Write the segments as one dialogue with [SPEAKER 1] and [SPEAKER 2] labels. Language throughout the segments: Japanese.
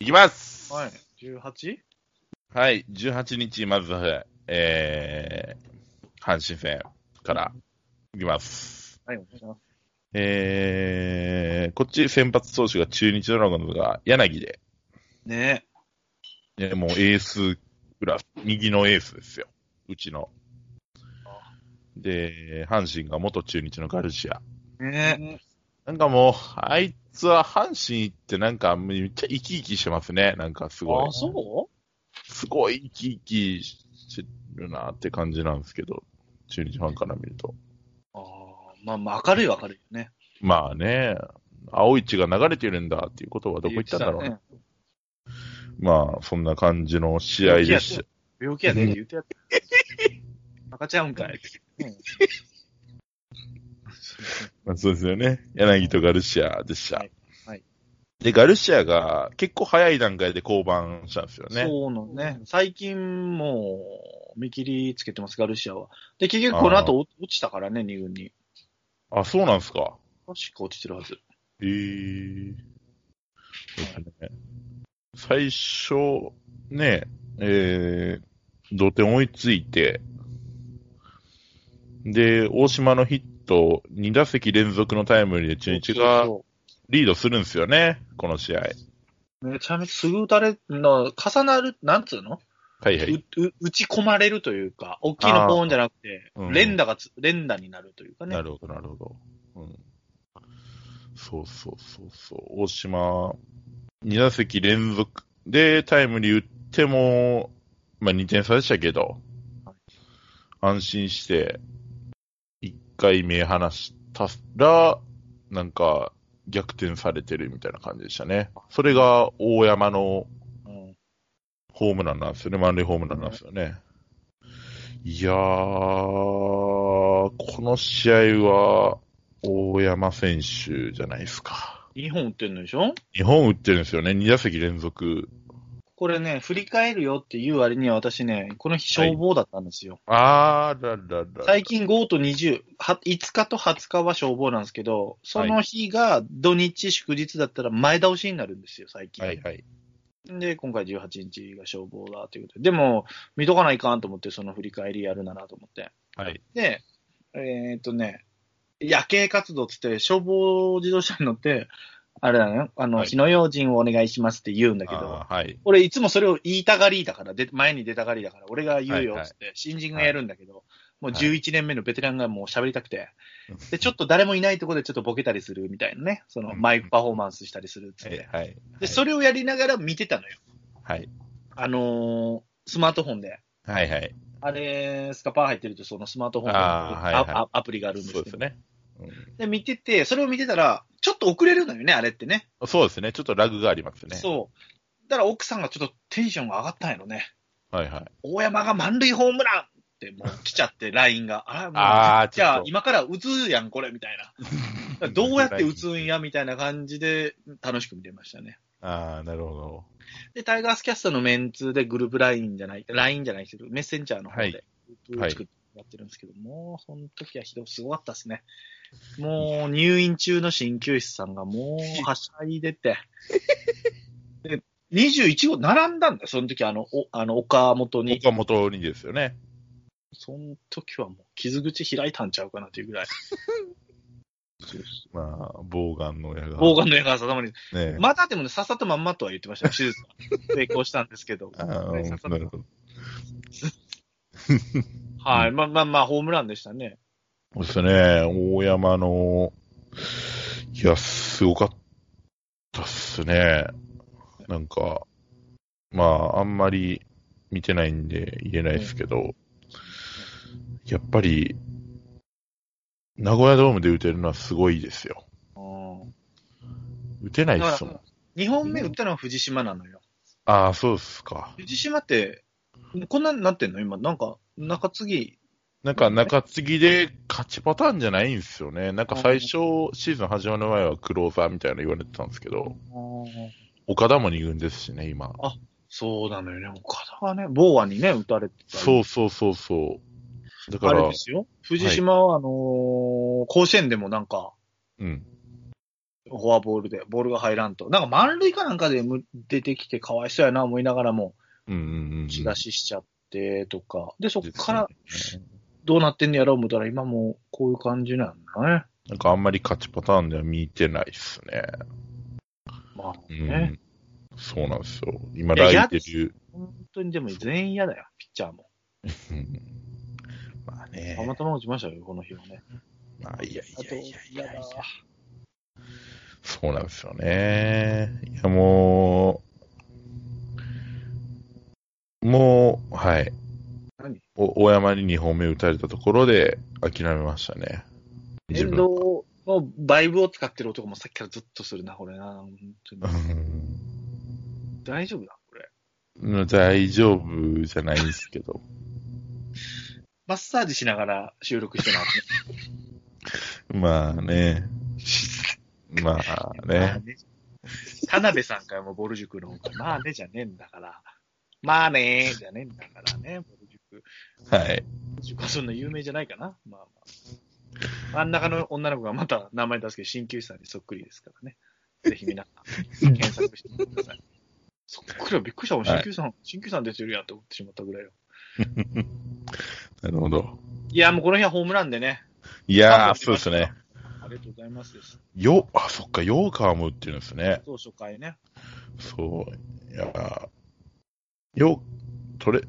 [SPEAKER 1] いきます。
[SPEAKER 2] はい。18?
[SPEAKER 1] はい、18日、まず、えー、阪神戦からいきます。
[SPEAKER 2] はい、お願いします。
[SPEAKER 1] えー、こっち先発投手が中日ドラゴンズが柳で、
[SPEAKER 2] ね
[SPEAKER 1] ね、もうエース裏、右のエースですよ。うちの。で、阪神が元中日のガルシア。
[SPEAKER 2] え。ね
[SPEAKER 1] なんかもう、あいつは阪神行ってなんかめっちゃ生き生きしてますね。なんかす
[SPEAKER 2] え。
[SPEAKER 1] ごい。
[SPEAKER 2] そ
[SPEAKER 1] すごい生き生きしてるなって感じなんですけど、中日ファンから見ると。
[SPEAKER 2] うあーまあ、まあ、明るいは明るいよね。
[SPEAKER 1] まあね、青市が流れてるんだっていうことはどこ行ったんだろう。
[SPEAKER 2] ね
[SPEAKER 1] まあ、そんな感じの試合でした。
[SPEAKER 2] 病気やでって言ってやった。赤ちゃうんかい。
[SPEAKER 1] まあ、そうですよね。柳とガルシアでした。
[SPEAKER 2] はいはい
[SPEAKER 1] で、ガルシアが結構早い段階で降板したんですよね。
[SPEAKER 2] そうのね。最近もう、見切りつけてます、ガルシアは。で、結局この後落ちたからね、二軍に。
[SPEAKER 1] あ、そうなんですか。
[SPEAKER 2] 確か落ちてるはず。
[SPEAKER 1] ええですね。最初、ね、えー、同点追いついて、で、大島のヒット、2打席連続のタイムリーで中日が
[SPEAKER 2] そう
[SPEAKER 1] リードするんですよね、この試合。
[SPEAKER 2] めちゃめちゃすぐ打たれ、な重なる、なんつうの、
[SPEAKER 1] はいはい。
[SPEAKER 2] うう打ち込まれるというか、大きいのポーンじゃなくて、
[SPEAKER 1] あーうん
[SPEAKER 2] 連打がつ、連打になるというかね。
[SPEAKER 1] なるほど、なるほど。うん。そうそうそうそう。大島、2打席連続でタイムリー打っても、まあ2点差でしたけど、
[SPEAKER 2] はい
[SPEAKER 1] 安心して、1回目離したら、なんか、逆転されてるみたいな感じでしたね。それが大山の
[SPEAKER 2] うん
[SPEAKER 1] ホームランなんですよね、満塁ホームランなんですよね。いやー、この試合は、大山選手じゃないですか。
[SPEAKER 2] 2本打ってるのでしょ
[SPEAKER 1] 日本打ってるんですよね、2打席連続。
[SPEAKER 2] これね、振り返るよっていう割には私ね、この日消防だったんですよ。
[SPEAKER 1] あーららら。
[SPEAKER 2] 最近5と20、は5日と20日は消防なんですけど、その日が土日祝日だったら前倒しになるんですよ、最近。
[SPEAKER 1] はいはい。
[SPEAKER 2] で、今回18日が消防だということで。でも、見とかないかんと思って、その振り返りやるならと思って。
[SPEAKER 1] はい。
[SPEAKER 2] で、えーっとね、夜景活動っつって、消防自動車に乗って、あれだね、あの、
[SPEAKER 1] はい
[SPEAKER 2] 火の用心をお願いしますって言うんだけど、
[SPEAKER 1] あーはい。
[SPEAKER 2] 俺いつもそれを言いたがりだから、で前に出たがりだから、俺が言うよっつって、新人がやるんだけど、もう
[SPEAKER 1] はい
[SPEAKER 2] 11年目のベテランがもう喋りたくて
[SPEAKER 1] うん、
[SPEAKER 2] で、ちょっと誰もいないとこでちょっとボケたりするみたいなね、その
[SPEAKER 1] うん
[SPEAKER 2] マイクパフォーマンスしたりするっつっ
[SPEAKER 1] はい
[SPEAKER 2] て。
[SPEAKER 1] はい。
[SPEAKER 2] で、それをやりながら見てたのよ。
[SPEAKER 1] はい。
[SPEAKER 2] あのースマートフォンで。
[SPEAKER 1] はいはい。
[SPEAKER 2] あれ、スカパー入ってると、そのスマートフォンの
[SPEAKER 1] あーはいはい
[SPEAKER 2] アアプリがあるんです
[SPEAKER 1] そう
[SPEAKER 2] け
[SPEAKER 1] で
[SPEAKER 2] ど
[SPEAKER 1] す、ね。
[SPEAKER 2] で、見てて、それを見てたら、ちょっと遅れるのよね、あれってね。
[SPEAKER 1] そうですね。ちょっとラグがありますね。
[SPEAKER 2] そう。だから奥さんがちょっとテンションが上がったんやろね。
[SPEAKER 1] はいはい。
[SPEAKER 2] 大山が満塁ホームランってもう来ちゃって、LINE が。あら、もう
[SPEAKER 1] あー
[SPEAKER 2] じゃ
[SPEAKER 1] ちょ
[SPEAKER 2] あ
[SPEAKER 1] っと
[SPEAKER 2] 今から打つやん、これ、みたいな。 だからどうやって打つんや、みたいな感じで楽しく見てましたね。
[SPEAKER 1] あー、なるほど。
[SPEAKER 2] で、タイガースキャストのメンツでグループ LINE じゃない、LINE じゃないけど、メッセンジャーの方
[SPEAKER 1] はい
[SPEAKER 2] でグループ作ってやってるんですけど、もう、その時はひどい、すごかったですね。もう、入院中の鍼灸師さんがもう、はしゃい でて、で、21号並んだんだよ、その時、あの、お、あの、岡本に。
[SPEAKER 1] 岡本にですよね。
[SPEAKER 2] その時はもう、傷口開いたんちゃうかなという ぐらい、
[SPEAKER 1] まあ、ボーガンの矢が。
[SPEAKER 2] 防眼の矢がさまに、
[SPEAKER 1] ね。
[SPEAKER 2] またでもね、刺さったまんまとは言ってましたよ、手術は。成功したんですけど。
[SPEAKER 1] あーなるほど。
[SPEAKER 2] はい、まあまあまあ、ホームランでしたね。
[SPEAKER 1] そうですね、大山の、いや、すごかったっすね。なんか、まあ、あんまり見てないんで言えないですけど、やっぱり、名古屋ドームで打てるのはすごいですよ。
[SPEAKER 2] うん
[SPEAKER 1] 打てないっすも
[SPEAKER 2] だ
[SPEAKER 1] ん。
[SPEAKER 2] 2本目打ったのは藤島なのよ。
[SPEAKER 1] ああ、そうっすか。
[SPEAKER 2] 藤島って、こんなになってんの今、なんか、中継ぎ、
[SPEAKER 1] なんか中継ぎで勝ちパターンじゃないんですよね。なんか最初、シーズン始まる前はクローザーみたいなの言われてたんですけど、岡田も2軍ですしね、今。
[SPEAKER 2] そうなのよね。岡田はね、ボーアにね、打たれてた。
[SPEAKER 1] そうそうそうそう。だか
[SPEAKER 2] あれ
[SPEAKER 1] ら
[SPEAKER 2] で、すよ。藤島は、あのー甲子園でもなんか、
[SPEAKER 1] うん。
[SPEAKER 2] フォアボールで、ボールが入らんと。なんか満塁かなんかでむ出てきてかわいそうやな思いながらも、
[SPEAKER 1] うんうんうん。
[SPEAKER 2] 血出ししちゃってとか。で、そっ
[SPEAKER 1] ですね
[SPEAKER 2] からどうなってんのやろう思ったら、今もうこういう感じなんだね。
[SPEAKER 1] なんかあんまり勝ちパターンでは見てないっすね。
[SPEAKER 2] まあ
[SPEAKER 1] う
[SPEAKER 2] ね。
[SPEAKER 1] ん。そうなんですよ。今、
[SPEAKER 2] いや
[SPEAKER 1] ライデル。
[SPEAKER 2] 本当にでも全員嫌だよ、ピッチャーも。
[SPEAKER 1] うんまあね
[SPEAKER 2] た。またま落ちましたよ、この日はね。
[SPEAKER 1] まあ、いやい
[SPEAKER 2] あ
[SPEAKER 1] や
[SPEAKER 2] と、
[SPEAKER 1] いやい
[SPEAKER 2] 嫌
[SPEAKER 1] やい
[SPEAKER 2] だ
[SPEAKER 1] や。。そうなんですよね。いや、もう、もう、はい。
[SPEAKER 2] 何
[SPEAKER 1] お大山に2本目打たれたところで諦めましたね。自
[SPEAKER 2] 遠藤
[SPEAKER 1] 分。
[SPEAKER 2] のバイブを使ってる男もさっきからずっとするな、これな。本当に大丈夫だ、これ。
[SPEAKER 1] うん大丈夫じゃないんですけど。
[SPEAKER 2] マッサージしながら収録してますね。
[SPEAKER 1] まあね。まあ
[SPEAKER 2] まあ
[SPEAKER 1] ね。
[SPEAKER 2] ね。田辺さんからもボル塾の方から、まあねじゃねえんだから。まあねじゃねえんだからね、ボル塾。ボ
[SPEAKER 1] はい。
[SPEAKER 2] ル塾はそんな有名じゃないかな。まあまあ。真ん中の女の子がまた名前出すけど、鍼灸師さんにそっくりですからね。ぜひ皆さん、検索してみてください。そっくりはびっくりしたもん。鍼灸師さん、鍼灸師さん出てるやんって思ってしまったぐらいよ。
[SPEAKER 1] なるほど。
[SPEAKER 2] いや、もうこの日はホームランでね。
[SPEAKER 1] いやー、そうですね。
[SPEAKER 2] ありがとうございますです。
[SPEAKER 1] よ、あ、そっか、ヨーカーも打ってるんですね。
[SPEAKER 2] 当初回ね。
[SPEAKER 1] そう。いやーよ、トレ、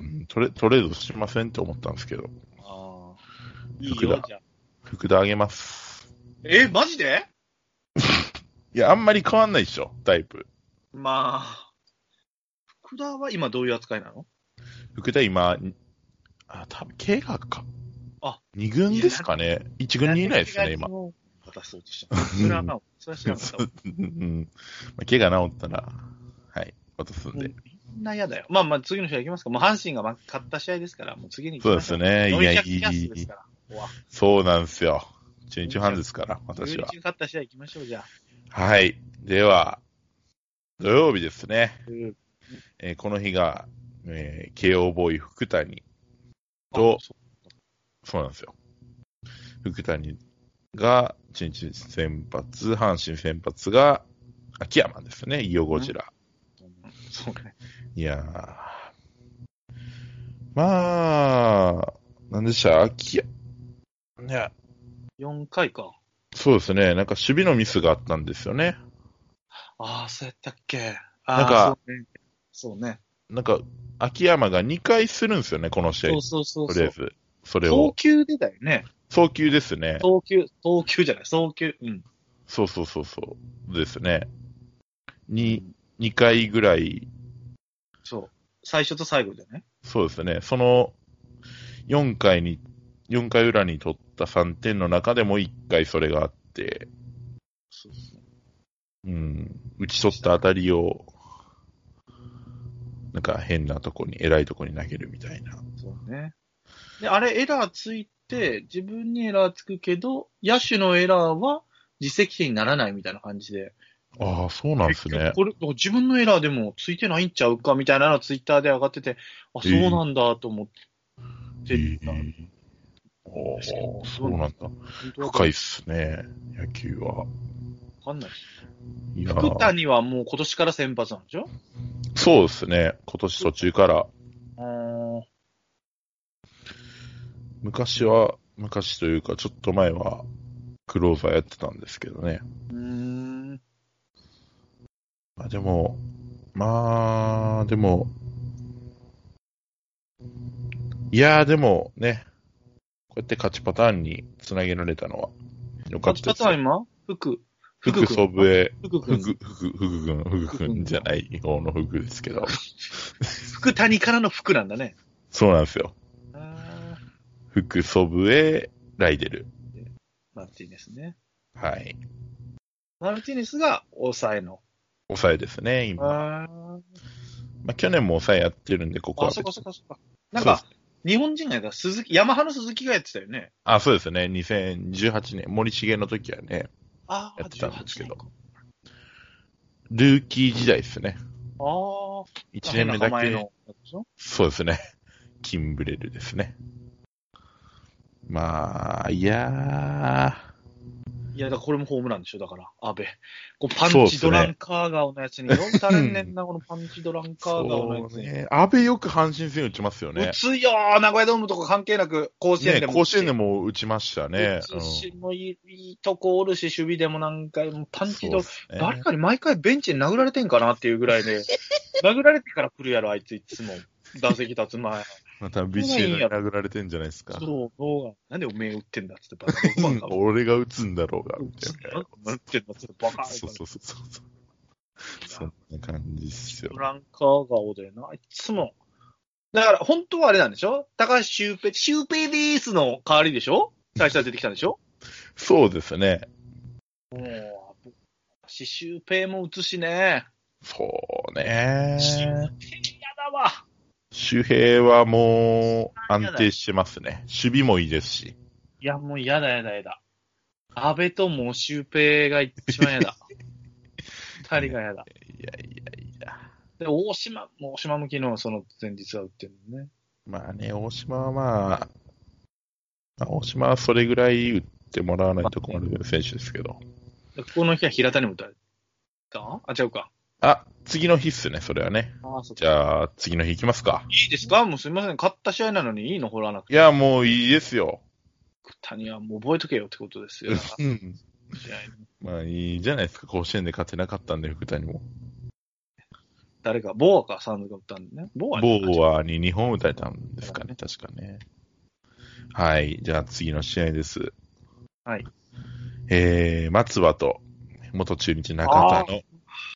[SPEAKER 1] うんトレ、トレードしませんって思ったんですけど。
[SPEAKER 2] ああ。いい
[SPEAKER 1] 福
[SPEAKER 2] よ
[SPEAKER 1] 田、
[SPEAKER 2] じゃあ。
[SPEAKER 1] 福田あげます。
[SPEAKER 2] え、マジで
[SPEAKER 1] いや、あんまり変わんないでしょ、タイプ。
[SPEAKER 2] まあ、福田は今どういう扱いなの
[SPEAKER 1] 福田今、あ、多分計画か。
[SPEAKER 2] あ、
[SPEAKER 1] 二軍ですかね。一軍にいないですね、今。。
[SPEAKER 2] 渡そうとした。それはな、それは知らなかったわ。
[SPEAKER 1] うん。まあ、怪我治ったら、はい、渡すん
[SPEAKER 2] も
[SPEAKER 1] で
[SPEAKER 2] う。みんな嫌だよ。まあまあ、次の試合行きますか。もう阪神が勝った試合ですから、もう次に行き
[SPEAKER 1] そう
[SPEAKER 2] ま
[SPEAKER 1] で
[SPEAKER 2] しょ
[SPEAKER 1] す
[SPEAKER 2] う。
[SPEAKER 1] ね。いや、い
[SPEAKER 2] キャッスです
[SPEAKER 1] い
[SPEAKER 2] か、ら。ここは
[SPEAKER 1] そうなんですよ。一日半ですから、私は
[SPEAKER 2] 11。勝った試合行きましょう、じゃあ。
[SPEAKER 1] はい。では、土曜日ですね。えーこの日が、えー、慶応ボーイ福谷と
[SPEAKER 2] あ、そ
[SPEAKER 1] そうなんですよ。福谷が、中日先発、阪神先発が、秋山ですね、イオゴジラ。
[SPEAKER 2] うそうね。
[SPEAKER 1] いやー。まあ、なんでした秋山。ね、
[SPEAKER 2] 4回か。
[SPEAKER 1] そうですね。なんか守備のミスがあったんですよね。
[SPEAKER 2] ああ、そうやったっけ。あー
[SPEAKER 1] なんか、
[SPEAKER 2] そうね。
[SPEAKER 1] なんか、秋山が2回するんですよね、この試合
[SPEAKER 2] そう。そうそう
[SPEAKER 1] と
[SPEAKER 2] そ
[SPEAKER 1] りあ
[SPEAKER 2] う
[SPEAKER 1] え。ず。それ
[SPEAKER 2] 投
[SPEAKER 1] を。
[SPEAKER 2] 球でだよね。
[SPEAKER 1] 早球ですね。
[SPEAKER 2] 投球、投球じゃない、送球。うん。
[SPEAKER 1] そうそうそうそう。ですね。に、2回ぐらい、
[SPEAKER 2] そう。最初と最後でね。
[SPEAKER 1] そうですね。その、4回に、4回裏に取った3点の中でも1回それがあって、
[SPEAKER 2] そうそう
[SPEAKER 1] うん、打ち取った当たりを、なんか変なとこに、偉いとこに投げるみたいな。
[SPEAKER 2] そうね。で、あれエラーついて、自分にエラーつくけど、野手のエラーは自責点にならないみたいな感じで。
[SPEAKER 1] ああ、そうなんですね
[SPEAKER 2] 結局。これ、自分のエラーでもついてないんちゃうかみたいなのツイッターで上がってて、あ、そうなんだと思ってた。
[SPEAKER 1] おーそうなんだ。
[SPEAKER 2] 本当は
[SPEAKER 1] 深いっすね、野球は。
[SPEAKER 2] わかんない。
[SPEAKER 1] いやー
[SPEAKER 2] 福谷はもう今年から先発なんでしょ
[SPEAKER 1] そうですね。今年途中から。
[SPEAKER 2] あ
[SPEAKER 1] 昔は、昔というか、ちょっと前は、クローザーやってたんですけどね。
[SPEAKER 2] ーうーん。
[SPEAKER 1] まあでも、まあ、でも、いやーでもね、こうやって勝ちパターンにつなげられたのは、よかっ
[SPEAKER 2] 勝ち
[SPEAKER 1] たです
[SPEAKER 2] 方は
[SPEAKER 1] よ。
[SPEAKER 2] 今福。
[SPEAKER 1] 福
[SPEAKER 2] 君
[SPEAKER 1] 祖父江、
[SPEAKER 2] 福君
[SPEAKER 1] 福、福、福君、福君じゃない方の福ですけど。
[SPEAKER 2] 福谷からの福なんだね。
[SPEAKER 1] そうなんですよ。
[SPEAKER 2] あー
[SPEAKER 1] 福祖父江、ライデル。
[SPEAKER 2] マルティネスね。
[SPEAKER 1] はい。
[SPEAKER 2] マルティネスが抑えの。
[SPEAKER 1] 抑えですね、今。ま
[SPEAKER 2] あ
[SPEAKER 1] あ、去年も抑えやってるんで、ここ
[SPEAKER 2] あ、
[SPEAKER 1] は
[SPEAKER 2] そ
[SPEAKER 1] 別
[SPEAKER 2] っか
[SPEAKER 1] に。
[SPEAKER 2] そっかそっか。なんか、日本人がやったら鈴木、ヤマハの鈴木がやってたよね。
[SPEAKER 1] あ、そうですね。2018年、森重の時はね、
[SPEAKER 2] ああ、
[SPEAKER 1] やってたんですけど
[SPEAKER 2] 18年か
[SPEAKER 1] ルーキー時代ですね。
[SPEAKER 2] ああ。
[SPEAKER 1] 1年目だ
[SPEAKER 2] 名前
[SPEAKER 1] け。
[SPEAKER 2] のやつでしょ
[SPEAKER 1] そうですね。キンブレルですね。まあ、いやー。
[SPEAKER 2] いや、だからこれもホームランでしょ、だから、安倍。こうパ
[SPEAKER 1] そう
[SPEAKER 2] ン
[SPEAKER 1] っ
[SPEAKER 2] チ
[SPEAKER 1] す
[SPEAKER 2] ド
[SPEAKER 1] ね
[SPEAKER 2] ランカー顔のやつに、よく足りんねんな、このパンチドランカー顔のや
[SPEAKER 1] そ
[SPEAKER 2] つ
[SPEAKER 1] う
[SPEAKER 2] に。
[SPEAKER 1] ね。安倍よく阪神戦打ちますよね
[SPEAKER 2] 打。つよー、名古屋ドームとか関係なく、甲子園で
[SPEAKER 1] ね
[SPEAKER 2] も。
[SPEAKER 1] 甲子園でも打ちましたね。
[SPEAKER 2] 打つし、もういいいいとこおるし、守備でもなんか、もうパンチドラン
[SPEAKER 1] そうっすね
[SPEAKER 2] 誰かに毎回ベンチに殴られてんかなっていうぐら いで、殴られてから来るやろ、あいついつも。打席立つ前。
[SPEAKER 1] またビシエドに殴られてんじゃないですか。
[SPEAKER 2] そう、どうが。なんでおめえ打ってんだっつってバカ。バカ。
[SPEAKER 1] 俺が打つんだろうが、みたい
[SPEAKER 2] なんでお前打ってんだっつってバカ
[SPEAKER 1] な。。そうそうそうそう。そんな感じっすよ
[SPEAKER 2] ブ。ランカー顔でな、いつも。だから、本当はあれなんでしょ高橋シュウペイ、シュウペイでーすの代わりでしょ最初は出てきたんでしょ
[SPEAKER 1] そうですね。
[SPEAKER 2] もう、シュウペイも打つしね。
[SPEAKER 1] そう
[SPEAKER 2] シュウ
[SPEAKER 1] ね。
[SPEAKER 2] ペイ嫌だわ。
[SPEAKER 1] 周平はもう安定してますね。守備もいいですし。
[SPEAKER 2] いや、もう嫌だ嫌だ嫌だ。安倍ともうシュウペイが一番 嫌だ。二人が嫌だ。
[SPEAKER 1] いやいやいや。
[SPEAKER 2] で、大島、もう大島向きのその前日は打ってるのね。
[SPEAKER 1] まあね、大島はまあ、まあ大島はそれぐらい打ってもらわないと困る選手ですけど。
[SPEAKER 2] でここの日は平田にも打たれたあ、違うか。
[SPEAKER 1] あ、次の日っすね、それはね。
[SPEAKER 2] ああ、そっ
[SPEAKER 1] じゃあ、次の日行きますか。
[SPEAKER 2] いいですかもうすみません。勝った試合なのにいいの掘らなくて。
[SPEAKER 1] いや、もういいですよ。
[SPEAKER 2] 谷はもう覚えとけよってことで すよ。
[SPEAKER 1] うん。
[SPEAKER 2] 試合に
[SPEAKER 1] まあいいじゃないですか、甲子園で勝てなかったんで、福谷も。
[SPEAKER 2] 誰か、ボーアかサンズが打ったんでね。ボーア
[SPEAKER 1] ボ
[SPEAKER 2] ア。
[SPEAKER 1] ーアに2本打たれたんですかね、確かね。はい、じゃあ次の試合です。
[SPEAKER 2] はい。
[SPEAKER 1] えー、松葉と、元中日中田の